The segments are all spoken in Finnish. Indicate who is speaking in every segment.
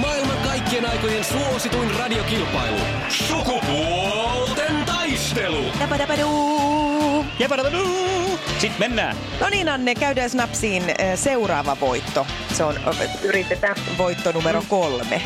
Speaker 1: Maailman kaikkien aikojen suosituin radiokilpailu. Sukupuolten taistelu.
Speaker 2: Tapadabaduu.
Speaker 3: Jepadabaduu! Sitten mennään.
Speaker 2: No niin, Anne, käydään Snapsiin eh, seuraava voitto. Se on eh,
Speaker 4: Yritetään. Mm.
Speaker 2: voitto numero kolme.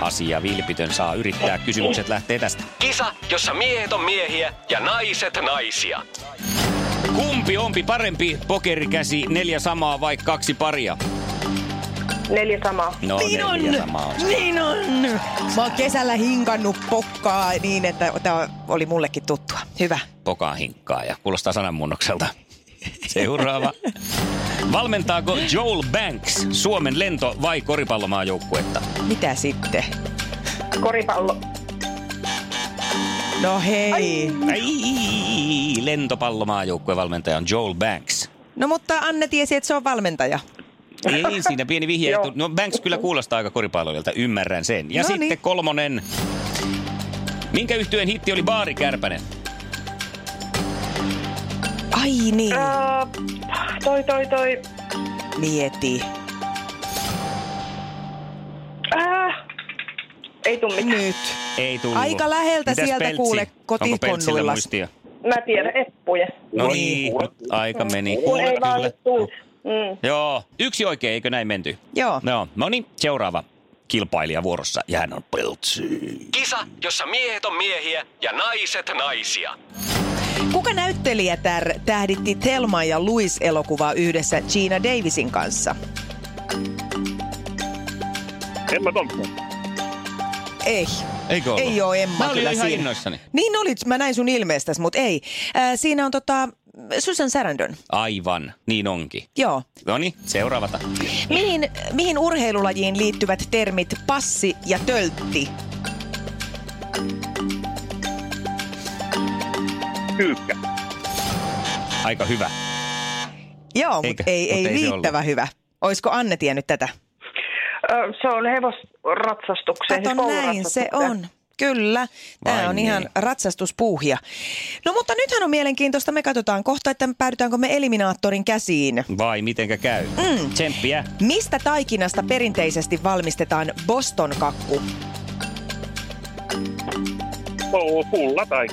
Speaker 3: Asia vilpitön saa yrittää. Kysymykset lähtee tästä.
Speaker 1: Kisa, jossa miehet on miehiä ja naiset naisia.
Speaker 3: Kumpi onpi parempi? Pokerikäsi, neljä samaa vai kaksi paria?
Speaker 4: Neljä samaa.
Speaker 3: No neljä samaa on.
Speaker 2: Niin on! Mä oon kesällä hinkannut pokkaa niin, että tämä oli mullekin tuttua. Hyvä.
Speaker 3: Pokaa hinkkaa ja kuulostaa sananmuunnokselta. Seuraava. Valmentaako Joel Banks Suomen lento- vai koripallomaajoukkuetta?
Speaker 2: Mitä sitten?
Speaker 4: Koripallo.
Speaker 2: No hei.
Speaker 3: Ei, lentopallomaajoukkueen valmentaja on Joel Banks.
Speaker 2: No mutta Anne tiesi, että se on valmentaja.
Speaker 3: Ei, Niin, siinä pieni vihje.
Speaker 4: Joo.
Speaker 3: No Banks kyllä kuulostaa aika koripalloilijalta, ymmärrän sen. Ja
Speaker 2: No
Speaker 3: sitten
Speaker 2: niin.
Speaker 3: kolmonen. Minkä yhtyeen hitti oli Baari Kärpänen?
Speaker 2: Ai niin,
Speaker 4: Ää, Äh, toi, toi, toi.
Speaker 2: mieti.
Speaker 4: Ää, Äh. ei tuu mitään.
Speaker 2: Nyt.
Speaker 3: Ei tullut.
Speaker 2: Aika läheltä sieltä kuule
Speaker 3: Onko Peltsillä
Speaker 2: kotikonnuilla.
Speaker 3: muistia?
Speaker 4: Mä tiedän, eppuja.
Speaker 3: No niin, aika meni.
Speaker 4: Kun
Speaker 3: Kuule,
Speaker 4: ei vaan
Speaker 3: kyllä.
Speaker 4: nyt tuu. Mm.
Speaker 3: Joo, yksi oikein, eikö näin menty?
Speaker 2: Joo.
Speaker 3: No, no niin, seuraava kilpailija vuorossa ja hän on Peltsi.
Speaker 1: Kisa, jossa miehet on miehiä ja naiset naisia.
Speaker 2: Kuka näyttelijä tär, tähditti Thelma ja Louis elokuvaa yhdessä Gina Davisin kanssa?
Speaker 5: Emma Thompson.
Speaker 2: Ei.
Speaker 3: Eikö ollut?
Speaker 2: Ei ole Emma
Speaker 3: Mä olin
Speaker 2: kyllä
Speaker 3: ihan
Speaker 2: siinä.
Speaker 3: innoissani.
Speaker 2: Niin olit, mä näin sun ilmeestäsi, mutta ei. Äh, siinä on tota, Susan Sarandon.
Speaker 3: Aivan, niin onkin.
Speaker 2: Joo.
Speaker 3: No niin, seuraavata.
Speaker 2: Mihin, mihin urheilulajiin liittyvät termit passi ja töltti?
Speaker 5: Kyykkä.
Speaker 3: Aika hyvä.
Speaker 2: Joo,
Speaker 3: Eikö?
Speaker 2: mutta ei,
Speaker 3: Mut
Speaker 2: ei,
Speaker 3: ei se
Speaker 2: riittävä
Speaker 3: ollut.
Speaker 2: hyvä. Oisko Anne tiennyt tätä?
Speaker 4: Ö, Äh, Se on hevosratsastukseen. siis
Speaker 2: Kato näin, se on. Kyllä. Tämä
Speaker 3: Vai
Speaker 2: on
Speaker 3: niin.
Speaker 2: ihan ratsastuspuuhia. No mutta nythän on mielenkiintoista. Me katsotaan kohta, että päädytäänkö me eliminaattorin käsiin.
Speaker 3: Vai mitenkä käy? Mm. Tsemppiä.
Speaker 2: Mistä taikinasta perinteisesti valmistetaan Boston-kakku?
Speaker 5: Oo, pulla tai.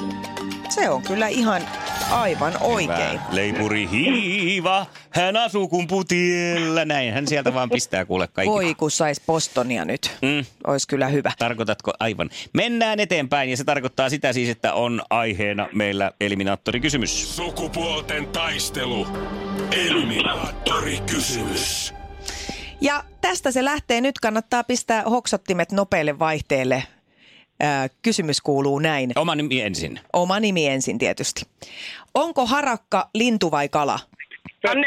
Speaker 2: Se on kyllä ihan aivan oikein.
Speaker 3: Hyvä. Leipuri hiiva, hän asuu kumputiellä. Näin, hän sieltä vaan pistää kuule kaikki.
Speaker 2: Voi kun sais Bostonia nyt.
Speaker 3: Mm.
Speaker 2: Olisi kyllä hyvä.
Speaker 3: Tarkoitatko aivan? Mennään eteenpäin ja se tarkoittaa sitä siis, että on aiheena meillä eliminaattorikysymys.
Speaker 1: Sukupuolten taistelu. Eliminaattori kysymys.
Speaker 2: Ja tästä se lähtee. Nyt kannattaa pistää hoksottimet nopealle vaihteelle. Ää, Kysymys kuuluu näin.
Speaker 3: Oma nimi ensin.
Speaker 2: Oma nimi ensin tietysti. Onko harakka lintu vai kala?
Speaker 4: Anne,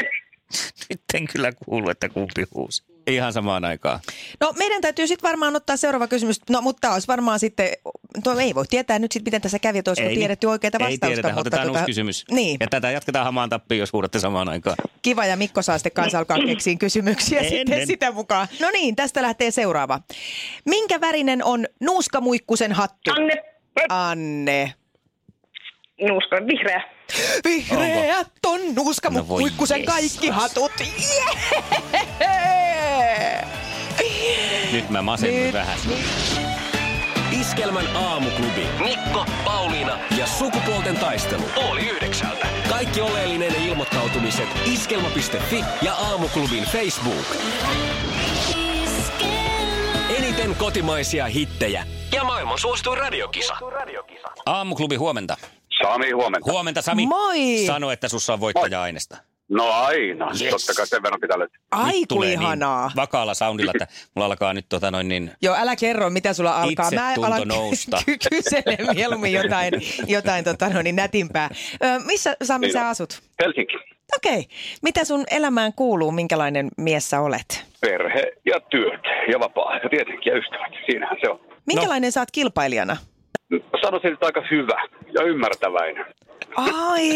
Speaker 3: Nyt en kyllä kuulu, että kumpi huusi. Ihan samaan aikaan.
Speaker 2: No meidän täytyy sitten varmaan ottaa seuraava kysymys. No mutta tämä olisi varmaan sitten, tuo ei voi tietää nyt sitten miten tässä kävi, että olisiko
Speaker 3: Ei
Speaker 2: tiedetty
Speaker 3: niin.
Speaker 2: oikeita
Speaker 3: Ei
Speaker 2: vastausta.
Speaker 3: tiedetä, otetaan
Speaker 2: tota,
Speaker 3: uusi kysymys.
Speaker 2: Niin,
Speaker 3: Ja tätä jatketaan hamaan tappiin, jos huudatte samaan aikaan.
Speaker 2: kiva ja Mikko saa sitten kanssa alkaa keksiä kysymyksiä
Speaker 3: Ennen.
Speaker 2: sitten sitä mukaan. No niin, tästä lähtee seuraava. Minkä värinen on nuuskamuikkusen hattu?
Speaker 4: Anne,
Speaker 2: Anne.
Speaker 4: nuuska, vihreä.
Speaker 2: Vihreät on
Speaker 3: No voi
Speaker 2: nuuskamuikkusen
Speaker 3: jestas.
Speaker 2: kaikki hatut. Yeah!
Speaker 3: Nyt mä masennun
Speaker 2: Nyt.
Speaker 3: vähän.
Speaker 1: Iskelmän aamuklubi. Mikko, Pauliina ja sukupuolten taistelu. Oli yhdeksältä. Kaikki oleellinen ilmoittautumiset iskelma.fi ja aamuklubin Facebook. Eniten kotimaisia hittejä ja maailman suosituin radiokisa.
Speaker 3: Aamuklubi, huomenta.
Speaker 5: Sami, huomenta.
Speaker 3: Huomenta, Sami.
Speaker 2: Moi.
Speaker 3: Sano, että sussa on voittaja-ainesta.
Speaker 5: No aina.
Speaker 3: Yes.
Speaker 5: Totta kai sen verran pitää löytyä.
Speaker 2: Ai
Speaker 3: Nyt
Speaker 2: kun
Speaker 3: tulee
Speaker 2: ihanaa.
Speaker 3: Niin vakaalla soundilla, että mulla alkaa nyt tota noin niin
Speaker 2: Joo, älä kerro, mitä sulla alkaa.
Speaker 3: Itsetunto nousta.
Speaker 2: ky- kysele mieluummin jotain, jotain tota, no, niin nätimpää. Ö, missä, Sami,
Speaker 5: Niin
Speaker 2: sä
Speaker 5: on.
Speaker 2: asut?
Speaker 5: Helsinki.
Speaker 2: Okei. Okay. Mitä sun elämään kuuluu, minkälainen mies sä olet?
Speaker 5: Perhe ja työt ja vapaa ja tietenkin ja ystävät. Siinähän se on.
Speaker 2: Minkälainen no. sä oot kilpailijana?
Speaker 5: Sanoisin, että aika hyvä ja ymmärtäväinen.
Speaker 2: Ai,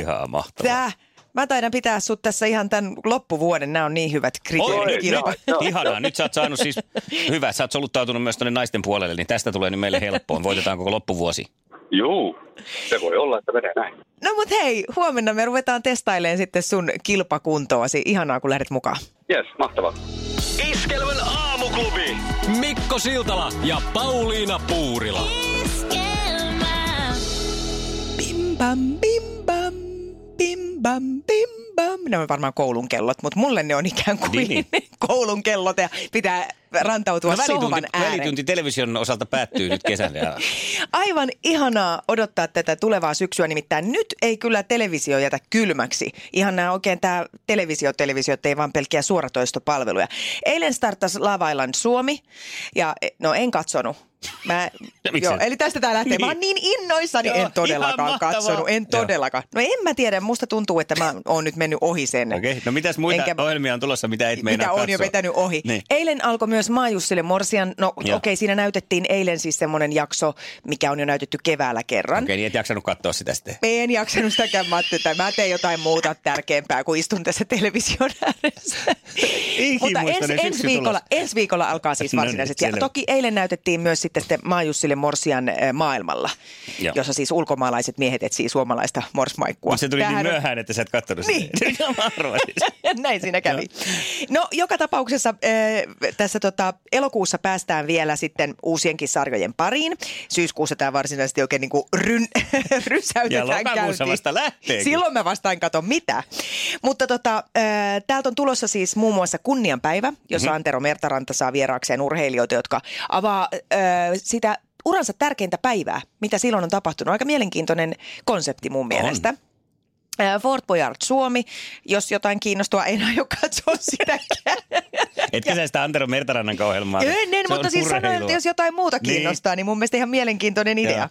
Speaker 3: Ihan mahtavaa.
Speaker 2: että. Mä taidan pitää sut tässä ihan tämän loppuvuoden. Nämä on niin hyvät kriteerit.
Speaker 3: Oi,
Speaker 2: kilpa-
Speaker 5: joo, joo.
Speaker 3: Ihanaa, nyt sä oot saanut siis, hyvä, sä oot soluttautunut myös tuonne naisten puolelle, niin tästä tulee nyt meille helppoon. Voitetaan koko loppuvuosi.
Speaker 5: Juu, se voi olla, että menee näin.
Speaker 2: No mut hei, huomenna me ruvetaan testailemaan sitten sun kilpakuntoasi. Ihanaa, kun lähdet mukaan.
Speaker 5: Jes, mahtavaa.
Speaker 1: Iskelmän aamuklubi. Mikko Siltala ja Pauliina Puurila.
Speaker 2: Bim bam, bim bam, bim bam, bim bam. Ne on No varmaan koulun kellot, mutta mulle ne on ikään kuin
Speaker 3: Niin,
Speaker 2: niin, koulun kellot ja pitää rantautua no, sohvan
Speaker 3: välitunti,
Speaker 2: ääreen.
Speaker 3: välitunti television osalta päättyy nyt kesällä. Ja
Speaker 2: Aivan ihanaa odottaa tätä tulevaa syksyä, nimittäin nyt ei kyllä televisio jätä kylmäksi. Ihan nämä oikein tämä televisio, televisio, ei vaan pelkkiä suoratoistopalveluja. Eilen starttasi Lava Island Suomi ja e, no en katsonut. Mä,
Speaker 3: miksi
Speaker 2: joo,
Speaker 3: et?
Speaker 2: eli tästä tämä lähtee. Niin. Mä oon niin innoissani,
Speaker 3: Joo,
Speaker 2: en todellakaan
Speaker 3: ihan mahtavaa.
Speaker 2: katsonut, en
Speaker 3: Joo.
Speaker 2: todellakaan. No en mä tiedä, musta tuntuu, että mä oon nyt mennyt ohi sen.
Speaker 3: Okei, okay. no mitäs muita
Speaker 2: Enkä-
Speaker 3: Enkä... ohjelmia on tulossa, mitä et meinaa
Speaker 2: mitä on jo
Speaker 3: katsoa?
Speaker 2: vetänyt ohi.
Speaker 3: Niin.
Speaker 2: Niin. Eilen alkoi myös Maajussille Morsian, no okei,
Speaker 3: Joo.
Speaker 2: okay, siinä näytettiin eilen siis semmoinen jakso, mikä on jo näytetty keväällä kerran.
Speaker 3: Okei, okay, niin et jaksanut katsoa sitä sitten.
Speaker 2: Me en jaksanut sitäkään, mä ajattelin, että mä teen jotain muuta tärkeämpää kuin istun tässä television ääressä. Mutta
Speaker 3: muista
Speaker 2: ens,
Speaker 3: ne
Speaker 2: ensi,
Speaker 3: syksyn
Speaker 2: viikolla,
Speaker 3: tulos.
Speaker 2: ensi viikolla alkaa siis
Speaker 3: No niin,
Speaker 2: varsinaiset. ja
Speaker 3: selvä.
Speaker 2: toki eilen näytettiin myös sitten, sitten Maajussille Morsian eh, maailmalla,
Speaker 3: Joo.
Speaker 2: jossa siis ulkomaalaiset miehet etsii suomalaista morsmaikkua.
Speaker 3: Mut se tuli niin
Speaker 2: Tämähän on-
Speaker 3: myöhään, että sä et kattonut
Speaker 2: Niin.
Speaker 3: sitä. siis. Mä arvasin.
Speaker 2: Näin siinä kävi. No joka tapauksessa äh, tässä tota, elokuussa päästään vielä sitten uusienkin sarjojen pariin. Syyskuussa tämä varsinaisesti oikein niin kuin ryn, rysäytetään
Speaker 3: Ja lokakuussa
Speaker 2: käyntiin.
Speaker 3: vasta lähteekin.
Speaker 2: Silloin mä vasta en kato mitä. Mutta tota, äh, täältä on tulossa siis muun muassa kunnianpäivä, jossa
Speaker 3: Mhm.
Speaker 2: mm-hmm. Antero Mertaranta saa vieraakseen urheilijoita, jotka avaa äh, sitä uransa tärkeintä päivää, mitä silloin on tapahtunut. Aika mielenkiintoinen konsepti mun mielestä. Ää, Fort Boyard Suomi, jos jotain kiinnostua, en aio katsoa sitäkään.
Speaker 3: Etkö sä sitä Antero Mertarannan ohjelmaa?
Speaker 2: en, en
Speaker 3: Se
Speaker 2: mutta
Speaker 3: on
Speaker 2: siis sanoin,
Speaker 3: urheilua.
Speaker 2: että jos jotain muuta
Speaker 3: Niin.
Speaker 2: kiinnostaa, niin, niin mun mielestä ihan mielenkiintoinen idea.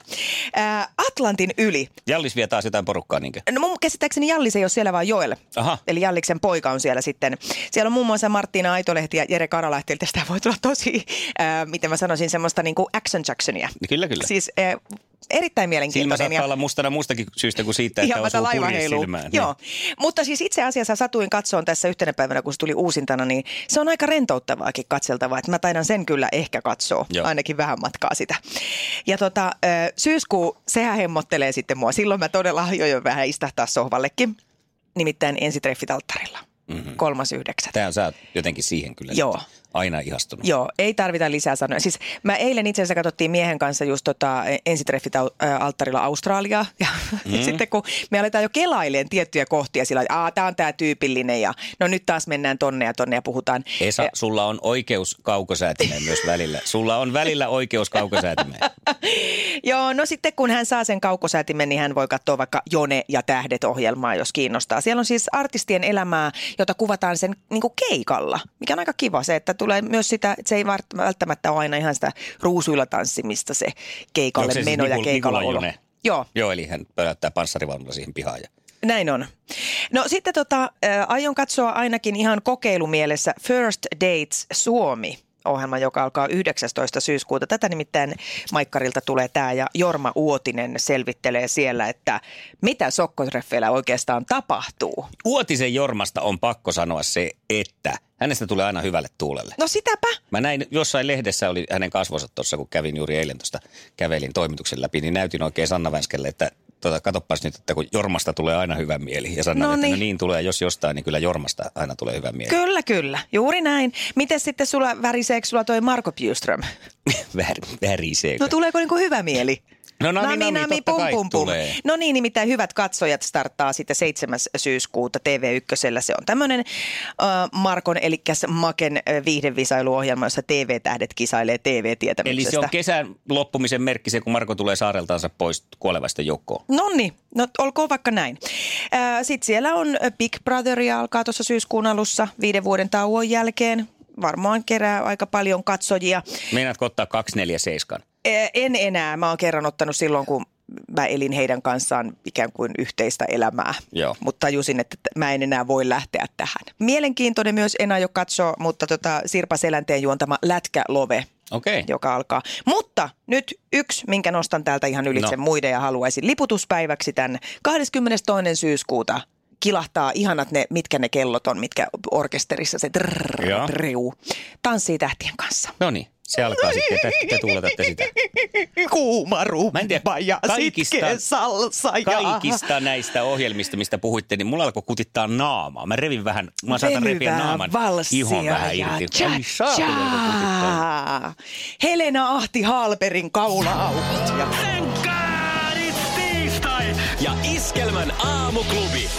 Speaker 2: Ää, Atlantin yli.
Speaker 3: Jallis vie taas jotain porukkaa niinkö?
Speaker 2: No mun käsittääkseni Jallis ei ole siellä, vaan Joel.
Speaker 3: Aha.
Speaker 2: Eli Jalliksen poika on siellä sitten. Siellä on muun muassa Marttiina Aitolehti ja Jere Karalahti. Eli tästä voi tulla tosi, ää, miten mä sanoisin, semmoista niin kuin action Jacksonia.
Speaker 3: Kyllä, kyllä.
Speaker 2: Siis ää, erittäin
Speaker 3: Silmä
Speaker 2: mielenkiintoinen.
Speaker 3: saattaa
Speaker 2: ja-
Speaker 3: olla mustana muustakin syystä kuin siitä, että
Speaker 2: Ihan tätä
Speaker 3: osuu
Speaker 2: laiva
Speaker 3: purje
Speaker 2: heiluu.
Speaker 3: silmään. Niin.
Speaker 2: Joo. Mutta siis itse asiassa satuin katsoon tässä yhtenä päivänä, kun se tuli uusintana, niin se on aika rentouttavaakin katseltavaa. Että mä taidan sen kyllä ehkä katsoa,
Speaker 3: Joo.
Speaker 2: Joo. ainakin vähän matkaa sitä. Ja tota, ö, syyskuu, sehän hemmottelee sitten mua. Silloin mä todella ajoin jo vähän istahtaa sohvallekin. Nimittäin ensitreffit alttarilla.
Speaker 3: Mhm.
Speaker 2: Mm-hmm. Kolmas yhdeksättä.
Speaker 3: Tää on, sä oot jotenkin siihen kyllä
Speaker 2: Joo.
Speaker 3: nyt aina ihastunut.
Speaker 2: Joo, ei tarvita lisää sanoja. Siis mä eilen itse asiassa katsottiin miehen kanssa just tota e- ensitreffit al- ä, alttarilla Australiaa. Ja mm. sitten kun me aletaan jo kelaileen tiettyjä kohtia sillä, että tää on tää tyypillinen ja no nyt taas mennään tonne ja tonne ja puhutaan. E,
Speaker 3: Esa, sulla on oikeus kaukosäätimeen myös välillä. Sulla on välillä oikeus kaukosäätimeen.
Speaker 2: Joo, no sitten kun hän saa sen kaukosäätimen, niin hän voi katsoa vaikka Jone ja tähdet ohjelmaa, jos kiinnostaa. Siellä on siis artistien elämää, jota kuvataan sen niin kuin keikalla, mikä on aika kiva se, että tulee myös sitä, että se ei vart- välttämättä ole aina ihan sitä ruusuilla tanssimista se keikalle
Speaker 3: Onko se siis
Speaker 2: meno ja
Speaker 3: Nikul-
Speaker 2: keikalla
Speaker 3: Nikula
Speaker 2: olo.
Speaker 3: Jone?
Speaker 2: Joo,
Speaker 3: Joo, eli hän pöläyttää panssarivaunulla siihen pihaan. Ja...
Speaker 2: näin on. No sitten tota, äh, aion katsoa ainakin ihan kokeilumielessä First Dates Suomi ohjelma, joka alkaa 19. syyskuuta. Tätä nimittäin Maikkarilta tulee tämä ja Jorma Uotinen selvittelee siellä, että mitä sokkotreffeillä oikeastaan tapahtuu.
Speaker 3: Uotisen Jormasta on pakko sanoa se, että hänestä tulee aina hyvälle tuulelle.
Speaker 2: No sitäpä.
Speaker 3: Mä näin jossain lehdessä oli hänen kasvonsa tuossa, kun kävin juuri eilen tuosta kävelin toimituksen läpi, niin näytin oikein Sanna Vänskelle, että tota, katoppas nyt, että kun Jormasta tulee aina hyvä mieli. Ja Sanna, no
Speaker 2: No
Speaker 3: että no
Speaker 2: niin.
Speaker 3: niin tulee, jos jostain, niin kyllä Jormasta aina tulee hyvä mieli.
Speaker 2: Kyllä, kyllä. Juuri näin. Miten sitten sulla väriseekö sulla toi Marko Bjurström?
Speaker 3: Vär, väriseekö?
Speaker 2: No tuleeko niinku hyvä mieli?
Speaker 3: No nami, nami, totta kai tulee.
Speaker 2: No niin, nimittäin hyvät katsojat starttaa sitten 7. syyskuuta TV1. Se on tämmöinen äh, Markon, eli Maken äh, viihdevisailuohjelma, jossa TV-tähdet kisailee
Speaker 3: Eli
Speaker 2: TV-tietämyksestä.
Speaker 3: se on kesän loppumisen merkki se, kun Marko tulee saareltaansa pois kuolevaista joukkoon.
Speaker 2: Nonni, no olkoon vaikka näin. Sitten siellä on ä, Big Brotheria alkaa tuossa syyskuun alussa viiden vuoden tauon jälkeen. Varmaan kerää aika paljon katsojia.
Speaker 3: Meinaatko ottaa 247?
Speaker 2: Eh, Ä, En enää, mä oon kerran ottanut silloin, kun mä elin heidän kanssaan ikään kuin yhteistä elämää.
Speaker 3: Joo.
Speaker 2: Mutta tajusin, että t- mä en enää voi lähteä tähän. Mielenkiintoinen myös, en aio katsoa, mutta tota Sirpa Selänteen juontama Lätkä Love,
Speaker 3: Okei. Okay.
Speaker 2: joka alkaa. Mutta nyt yksi, minkä nostan täältä ihan ylitse no.
Speaker 3: No.
Speaker 2: muiden ja haluaisin liputuspäiväksi tämän 22. syyskuuta kilahtaa ihanat ne, mitkä ne kellot on, mitkä orkesterissa se trrrr,
Speaker 3: Joo.
Speaker 2: triu, tanssii tähtien kanssa.
Speaker 3: No niin, se alkaa sitten. Te, te tuuletatte sitä.
Speaker 2: Kuuma
Speaker 3: Mä en tiedä,
Speaker 2: rumpa ja
Speaker 3: kaikista-
Speaker 2: sitkeä salsa ja...
Speaker 3: Kaikista näistä ohjelmista, mistä puhuitte, niin mulla alkoi kutittaa naamaa. Mä revin vähän, mä saatan repiä
Speaker 2: Venyvää
Speaker 3: naaman
Speaker 2: valssia
Speaker 3: ihon vähän
Speaker 2: ja
Speaker 3: irti.
Speaker 2: cha,
Speaker 3: Ai
Speaker 2: cha.
Speaker 3: saatana, kun kutittaa.
Speaker 2: Helena Ahti Halperin kaula auki. Ja
Speaker 1: Henkkarit tiistai ja Iskelmän aamuklubi.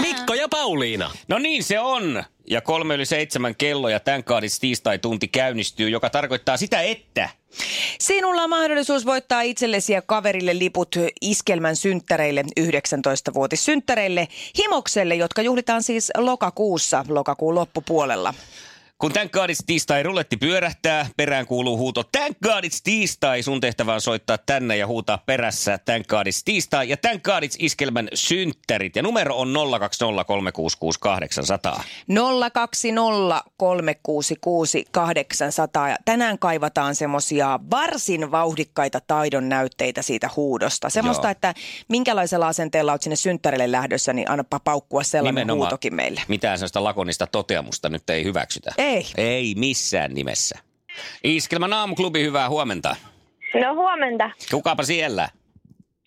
Speaker 1: Mikko ja Pauliina.
Speaker 3: No niin se on. Ja kolme yli seitsemän kello ja tämän kaadis tiistai tunti käynnistyy, joka tarkoittaa sitä, että...
Speaker 2: Sinulla on mahdollisuus voittaa itsellesi ja kaverille liput iskelmän synttäreille, 19-vuotissynttäreille, himokselle, jotka juhlitaan siis lokakuussa, lokakuun loppupuolella.
Speaker 3: Kun Thank God It's Tiistai ruletti pyörähtää, perään kuuluu huuto Thank God It's Tiistai. Sun tehtävä on soittaa tänne ja huutaa perässä Thank God It's Tiistai ja Thank God It's Iskelmän synttärit. Ja numero on 020366800.
Speaker 2: 020366800. Ja Tänään kaivataan semmoisia varsin vauhdikkaita taidon näytteitä siitä huudosta. Semmoista,
Speaker 3: Joo.
Speaker 2: että minkälaisella asenteella olet sinne synttärille lähdössä, niin annapa paukkua sellainen huutokin meille.
Speaker 3: mitään sellaista lakonista toteamusta nyt ei hyväksytä.
Speaker 2: Ei.
Speaker 3: Ei missään nimessä. Iskelmän aamuklubi, hyvää huomenta.
Speaker 6: No huomenta.
Speaker 3: Kukapa siellä?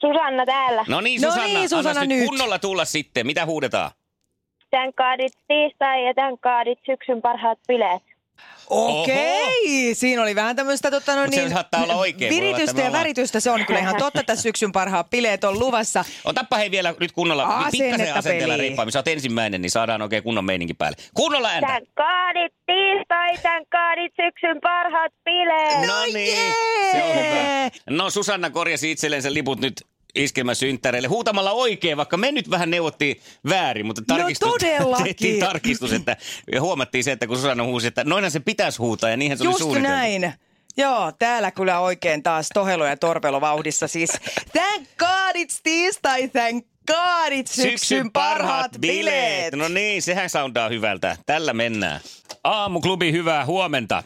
Speaker 6: Susanna täällä.
Speaker 3: No niin,
Speaker 2: No
Speaker 3: Susanna.
Speaker 2: niin,
Speaker 3: annas
Speaker 2: Susanna,
Speaker 3: nyt
Speaker 2: nyt.
Speaker 3: kunnolla tulla sitten. Mitä huudetaan?
Speaker 6: Tän kaadit tiistai ja tän kaadit syksyn parhaat bileet.
Speaker 2: Okei, siinä oli vähän tämmöistä tota, no
Speaker 3: Mut se
Speaker 2: niin,
Speaker 3: saattaa olla oikein. Voi olla,
Speaker 2: viritystä
Speaker 3: että me
Speaker 2: ja
Speaker 3: ollaan-
Speaker 2: väritystä. Se on kyllä ihan totta, tässä syksyn parhaat bileet on luvassa.
Speaker 3: Otappa hei vielä nyt kunnolla,
Speaker 2: Asennetta
Speaker 3: pikkasen asenteella
Speaker 2: peliin.
Speaker 3: reippaammin. Sä oot ensimmäinen, niin saadaan oikein kunnon meininki päälle. Kunnolla ääntä.
Speaker 6: Tän kaadit tiistai, tän kaadit syksyn parhaat bileet.
Speaker 3: No niin, se on hyvä. No Susanna korjasi itsellensä liput nyt iskelmä synttäreille huutamalla oikein, vaikka me nyt vähän neuvottiin väärin, mutta tarkistus,
Speaker 2: No todellakin.
Speaker 3: tehtiin tarkistus, että ja huomattiin se, että kun Susanna huusi, että noinhan se pitäisi huutaa ja niinhän se oli
Speaker 2: Just
Speaker 3: suunniteltu.
Speaker 2: näin. Joo, täällä kyllä oikein taas tohelo ja torpelo vauhdissa siis. Thank God it's tiistai, thank God it's syksyn parhaat bileet.
Speaker 3: No niin, sehän soundaa hyvältä. Tällä mennään. Aamuklubi, hyvää huomenta.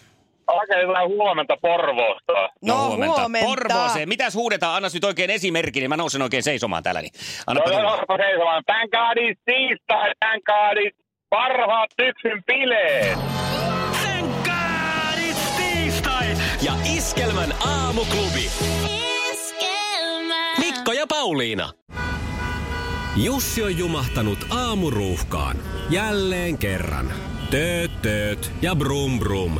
Speaker 5: Aika hyvää huomenta Porvoosta.
Speaker 2: No, huomenta.
Speaker 3: Porvooseen. Mitäs huudetaan? Anna nyt oikein esimerkki, niin mä nousen oikein seisomaan täällä. Niin. Anna
Speaker 5: No,
Speaker 3: tulla.
Speaker 5: no, no, seisomaan. Tän kaadin tiistai, tän kaadin parhaat syksyn bileet.
Speaker 1: Henkkarit tiistai ja Iskelmän aamuklubi. Mikko ja Pauliina. Jussi on jumahtanut aamuruuhkaan. Jälleen kerran. Tööt, tööt ja brum brum.